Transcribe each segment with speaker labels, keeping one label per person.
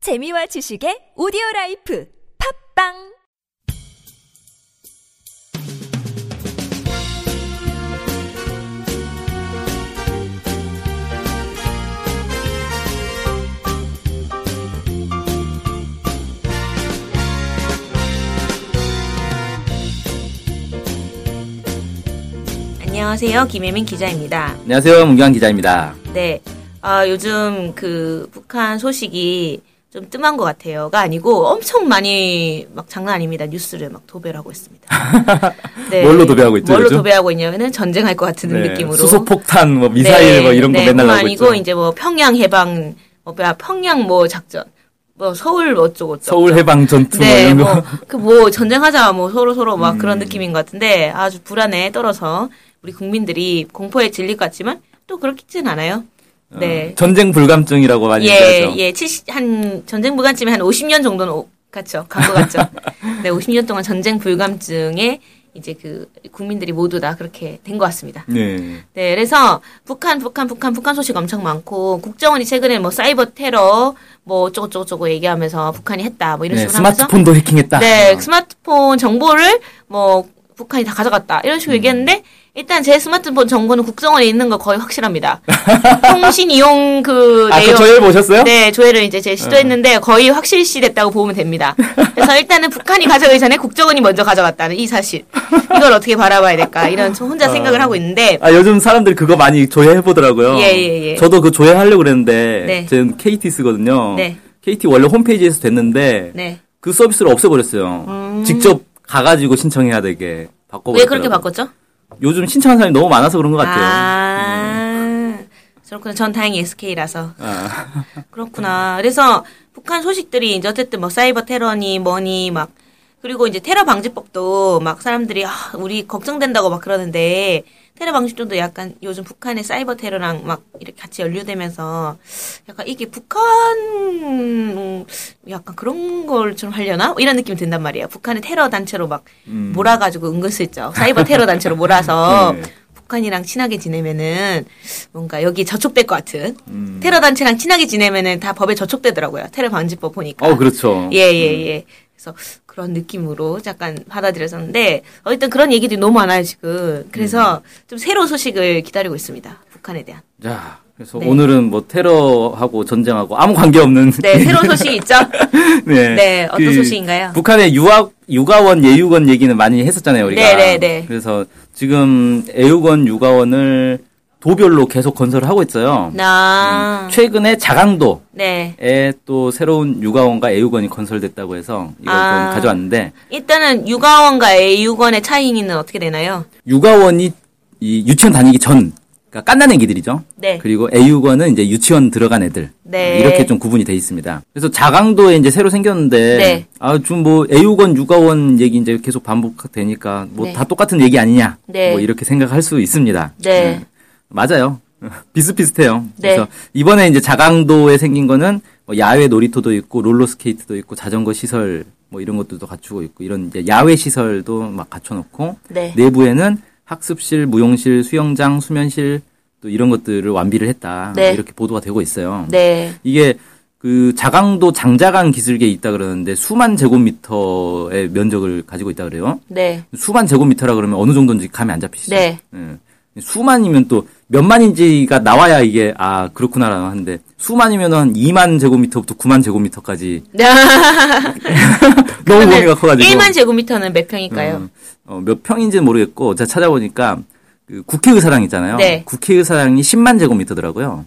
Speaker 1: 재미와 지식의 오디오 라이프 팝빵
Speaker 2: 안녕하세요. 김혜민 기자입니다.
Speaker 3: 안녕하세요. 문경환 기자입니다.
Speaker 2: 네. 아, 요즘 그 북한 소식이 좀 뜸한 것 같아요.가 아니고 엄청 많이 막 장난 아닙니다. 뉴스를 막 도배를 하고 있습니다. 네.
Speaker 3: 뭘로 도배하고 있죠,
Speaker 2: 뭘로
Speaker 3: 요즘?
Speaker 2: 도배하고 있냐면은 전쟁할 것 같은
Speaker 3: 네,
Speaker 2: 그 느낌으로.
Speaker 3: 수소폭탄, 뭐 미사일
Speaker 2: 네,
Speaker 3: 뭐 이런 거
Speaker 2: 네,
Speaker 3: 맨날
Speaker 2: 뿐만
Speaker 3: 나오고
Speaker 2: 아니고
Speaker 3: 있죠.
Speaker 2: 이제 뭐 평양 해방, 뭐 뭐야, 평양 뭐 작전, 뭐 서울 뭐 어쩌고 저쩌고.
Speaker 3: 서울 해방 전투 뭐
Speaker 2: 네,
Speaker 3: 이런 거. 음.
Speaker 2: 뭐, 그 뭐, 전쟁하자, 뭐, 서로서로 막 그런 느낌인 것 같은데, 아주 불안에 떨어서, 우리 국민들이 공포에 질릴 것 같지만, 또 그렇진 않아요. 네.
Speaker 3: 전쟁 불감증이라고 많이
Speaker 2: 예,
Speaker 3: 얘기하죠.
Speaker 2: 예, 70, 한, 전쟁 불감증이 한 50년 정도는 오- 갔죠. 간 것 같죠. 네, 50년 동안 전쟁 불감증에, 이제 그, 국민들이 모두 다 그렇게 된 것 같습니다.
Speaker 3: 네.
Speaker 2: 네, 그래서 북한, 북한, 북한, 북한 소식 엄청 많고 국정원이 최근에 뭐 사이버 테러 뭐 어쩌고저쩌고 얘기하면서 북한이 했다 뭐 이런
Speaker 3: 네,
Speaker 2: 식으로 하면서
Speaker 3: 스마트폰도 해킹했다.
Speaker 2: 네, 스마트폰 정보를 뭐 북한이 다 가져갔다 이런
Speaker 3: 음.
Speaker 2: 식으로 얘기했는데 일단 제 스마트폰 정보는 국정원에 있는 거 거의 확실합니다. 통신 이용 그
Speaker 3: 아, 그
Speaker 2: 내용
Speaker 3: 조회를 보셨어요? 네.
Speaker 2: 네, 조회를 이제 제 시도했는데 거의 확실시 됐다고 보면 됩니다. 그래서 일단은 북한이 가져가기 전에 국정원이 먼저 가져갔다는 이 사실. 이걸 어떻게 바라봐야 될까? 이런 저 혼자 생각을 하고 있는데
Speaker 3: 아, 요즘 사람들 그거 많이 조회해 보더라고요.
Speaker 2: 예, 예, 예.
Speaker 3: 저도 그 조회하려고 그랬는데
Speaker 2: 네.
Speaker 3: 저는 KT 쓰거든요.
Speaker 2: 네.
Speaker 3: KT 원래 홈페이지에서 됐는데
Speaker 2: 네.
Speaker 3: 그 서비스를 없애버렸어요. 직접 가가지고 신청해야 되게
Speaker 2: 음.
Speaker 3: 바꿔버렸어요.
Speaker 2: 왜 그렇게 바꿨죠?
Speaker 3: 요즘 신청한 사람이 너무 많아서 그런 것 같아요. 음.
Speaker 2: 아, 그렇구나. 전 다행히 SK라서.
Speaker 3: 아.
Speaker 2: 그렇구나. 그래서 북한 소식들이 이제 어쨌든 뭐 사이버 테러니 뭐니 막 그리고 이제 테러 방지법도 막 사람들이 아, 우리 걱정된다고 막 그러는데 테러 방지법도 약간 요즘 북한의 사이버 테러랑 막 이렇게 같이 연루되면서 약간 이게 북한 음, 약간 그런 걸 좀 하려나 이런 느낌이 든단 말이에요. 북한의 테러 단체로 막 몰아가지고 은근슬쩍 사이버 테러 단체로 몰아서
Speaker 3: 음. 네.
Speaker 2: 북한이랑 친하게 지내면은 뭔가 여기 저촉될 것 같은
Speaker 3: 음.
Speaker 2: 테러 단체랑 친하게 지내면은 다 법에 저촉되더라고요. 테러 방지법 보니까.
Speaker 3: 어, 그렇죠.
Speaker 2: 예, 예, 예. 그래서 그런 느낌으로 약간 받아들였었는데 어쨌든 그런 얘기들이 너무 많아요 지금. 그래서
Speaker 3: 음.
Speaker 2: 좀 새로운 소식을 기다리고 있습니다. 북한에 대한.
Speaker 3: 자, 그래서
Speaker 2: 네.
Speaker 3: 오늘은 뭐 테러하고 전쟁하고 아무 관계 없는
Speaker 2: 네, 새로운 소식이 있죠.
Speaker 3: 네.
Speaker 2: 네, 어떤 소식인가요?
Speaker 3: 북한의 유학 유가원 예우원 얘기는 많이 했었잖아요, 우리가.
Speaker 2: 네, 네, 네.
Speaker 3: 그래서 지금 예우원 유가원을 도별로 계속 건설을 하고 있어요.
Speaker 2: 나.
Speaker 3: 최근에 자강도에
Speaker 2: 네.
Speaker 3: 또 새로운 유가원과 예우원이 건설됐다고 해서 이걸
Speaker 2: 아.
Speaker 3: 좀 가져왔는데
Speaker 2: 일단은 육아원과 애육원의 차이는 어떻게 되나요?
Speaker 3: 유가원이 이 유치원 다니기 전 그러니까 깐난 애기들이죠.
Speaker 2: 네.
Speaker 3: 그리고 애육원은 이제 유치원 들어간 애들.
Speaker 2: 네.
Speaker 3: 이렇게 좀 구분이 돼 있습니다. 그래서 자강도에 이제 새로 생겼는데
Speaker 2: 네.
Speaker 3: 아, 좀 뭐 애육원, 육아원 얘기 이제 계속 반복되니까 뭐
Speaker 2: 네.
Speaker 3: 다 똑같은 얘기 아니냐.
Speaker 2: 네.
Speaker 3: 뭐 이렇게 생각할 수 있습니다.
Speaker 2: 네.
Speaker 3: 맞아요. 비슷비슷해요.
Speaker 2: 네.
Speaker 3: 그래서 이번에 이제 자강도에 생긴 거는 뭐 야외 놀이터도 있고 롤러스케이트도 있고 자전거 시설 뭐 이런 것들도 갖추고 있고 이런 이제 야외 시설도 막 갖춰놓고
Speaker 2: 네.
Speaker 3: 내부에는 학습실, 무용실, 수영장, 수면실 또 이런 것들을 완비를 했다
Speaker 2: 네.
Speaker 3: 이렇게 보도가 되고 있어요.
Speaker 2: 네.
Speaker 3: 이게 그 자강도 장자강 기슭에 있다 그러는데 수만 제곱미터의 면적을 가지고 있다 그래요.
Speaker 2: 네.
Speaker 3: 수만 제곱미터라 그러면 어느 정도인지 감이 안 잡히시죠?
Speaker 2: 네.
Speaker 3: 예. 수만이면 또 몇만인지가 나와야 이게 아 그렇구나라고 하는데 수만이면 한 2만 제곱미터부터 9만 제곱미터까지 너무 범위가 커가지고
Speaker 2: 1만 제곱미터는 몇 평일까요?
Speaker 3: 어, 몇 평인지는 모르겠고 제가 찾아보니까 그 국회의사당 있잖아요.
Speaker 2: 네.
Speaker 3: 국회의사당이 10만 제곱미터더라고요.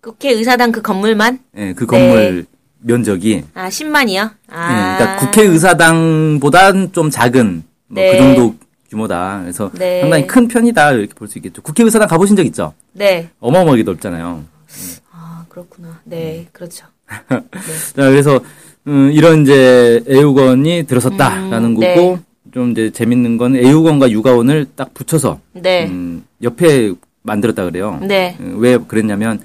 Speaker 2: 국회의사당 그 건물만?
Speaker 3: 예, 그 건물 면적이
Speaker 2: 아, 10만이요? 아.
Speaker 3: 예, 그러니까 국회의사당보단 좀 작은 뭐
Speaker 2: 네.
Speaker 3: 그 정도 규모다. 그래서
Speaker 2: 네.
Speaker 3: 상당히 큰 편이다 이렇게 볼 수 있겠죠. 국회의사당 가보신 적 있죠?
Speaker 2: 네.
Speaker 3: 어마어마하게 넓잖아요.
Speaker 2: 아, 그렇구나. 네, 그렇죠.
Speaker 3: 자, 그래서 음, 이런 이제 애우건이 들어섰다라는
Speaker 2: 음,
Speaker 3: 거고 좀 이제 재밌는 건 애우건과 육아원을 딱 붙여서
Speaker 2: 네.
Speaker 3: 음, 옆에 만들었다 그래요.
Speaker 2: 네.
Speaker 3: 음, 왜 그랬냐면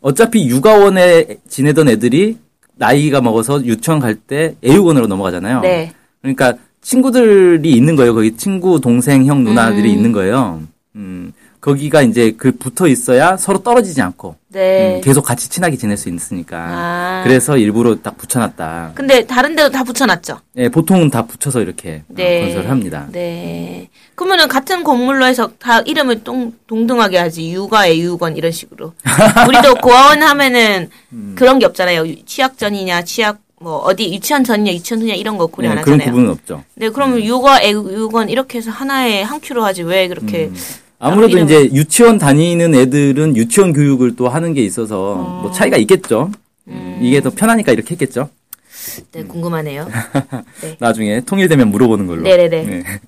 Speaker 3: 어차피 육아원에 지내던 애들이 나이가 먹어서 유치원 갈 때 애육원으로 넘어가잖아요.
Speaker 2: 네.
Speaker 3: 그러니까
Speaker 2: 음.
Speaker 3: 친구들이 있는 거예요. 거기 친구, 동생, 형, 누나들이 있는 거예요. 음, 거기가 이제 그 붙어 있어야 서로 떨어지지 않고
Speaker 2: 네.
Speaker 3: 음, 계속 같이 친하게 지낼 수 있으니까
Speaker 2: 아.
Speaker 3: 그래서 일부러 딱 붙여놨다.
Speaker 2: 근데 다른 데도 다 붙여놨죠.
Speaker 3: 예, 보통은 다 붙여서 이렇게 어,
Speaker 2: 네.
Speaker 3: 건설을 합니다.
Speaker 2: 네. 그러면은 같은 건물로 해서 다 이름을 동, 동등하게 하지. 육아의 유건 이런 식으로. 우리도 고아원 하면은
Speaker 3: 음.
Speaker 2: 그런 게 없잖아요. 유- 취약 전이냐, 취약 뭐 어디 유치원 전이냐, 유치원 후냐 이런 거 고려 안
Speaker 3: 예, 그런
Speaker 2: 하잖아요.
Speaker 3: 구분은 없죠.
Speaker 2: 네,
Speaker 3: 음.
Speaker 2: 그러면 육아의 유건 이렇게 해서 하나의 한 큐로 하지 왜 그렇게
Speaker 3: 아무래도
Speaker 2: 이름은-
Speaker 3: 이제 유치원 다니는 애들은 유치원 교육을 또 하는 게 있어서
Speaker 2: 음.
Speaker 3: 뭐 차이가 있겠죠. 이게 더 편하니까 이렇게 했겠죠.
Speaker 2: 네, 궁금하네요. 네.
Speaker 3: 나중에 통일되면 물어보는 걸로.
Speaker 2: 네네네.
Speaker 3: 음. 네.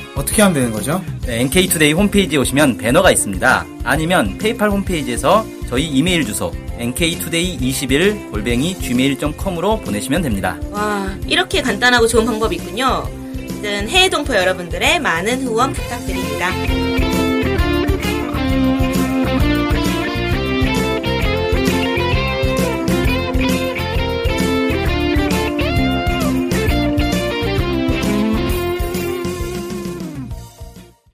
Speaker 4: 어떻게 하면 되는 거죠?
Speaker 3: 네, NK투데이 홈페이지에 오시면 배너가 있습니다. 아니면 페이팔 홈페이지에서 저희 이메일 주소 nktoday21 골뱅이 gmail.com으로 보내시면 됩니다.
Speaker 2: 와, 이렇게 간단하고 좋은 방법이 있군요. 어쨌든 해외 동포 여러분들의 많은 후원 부탁드립니다.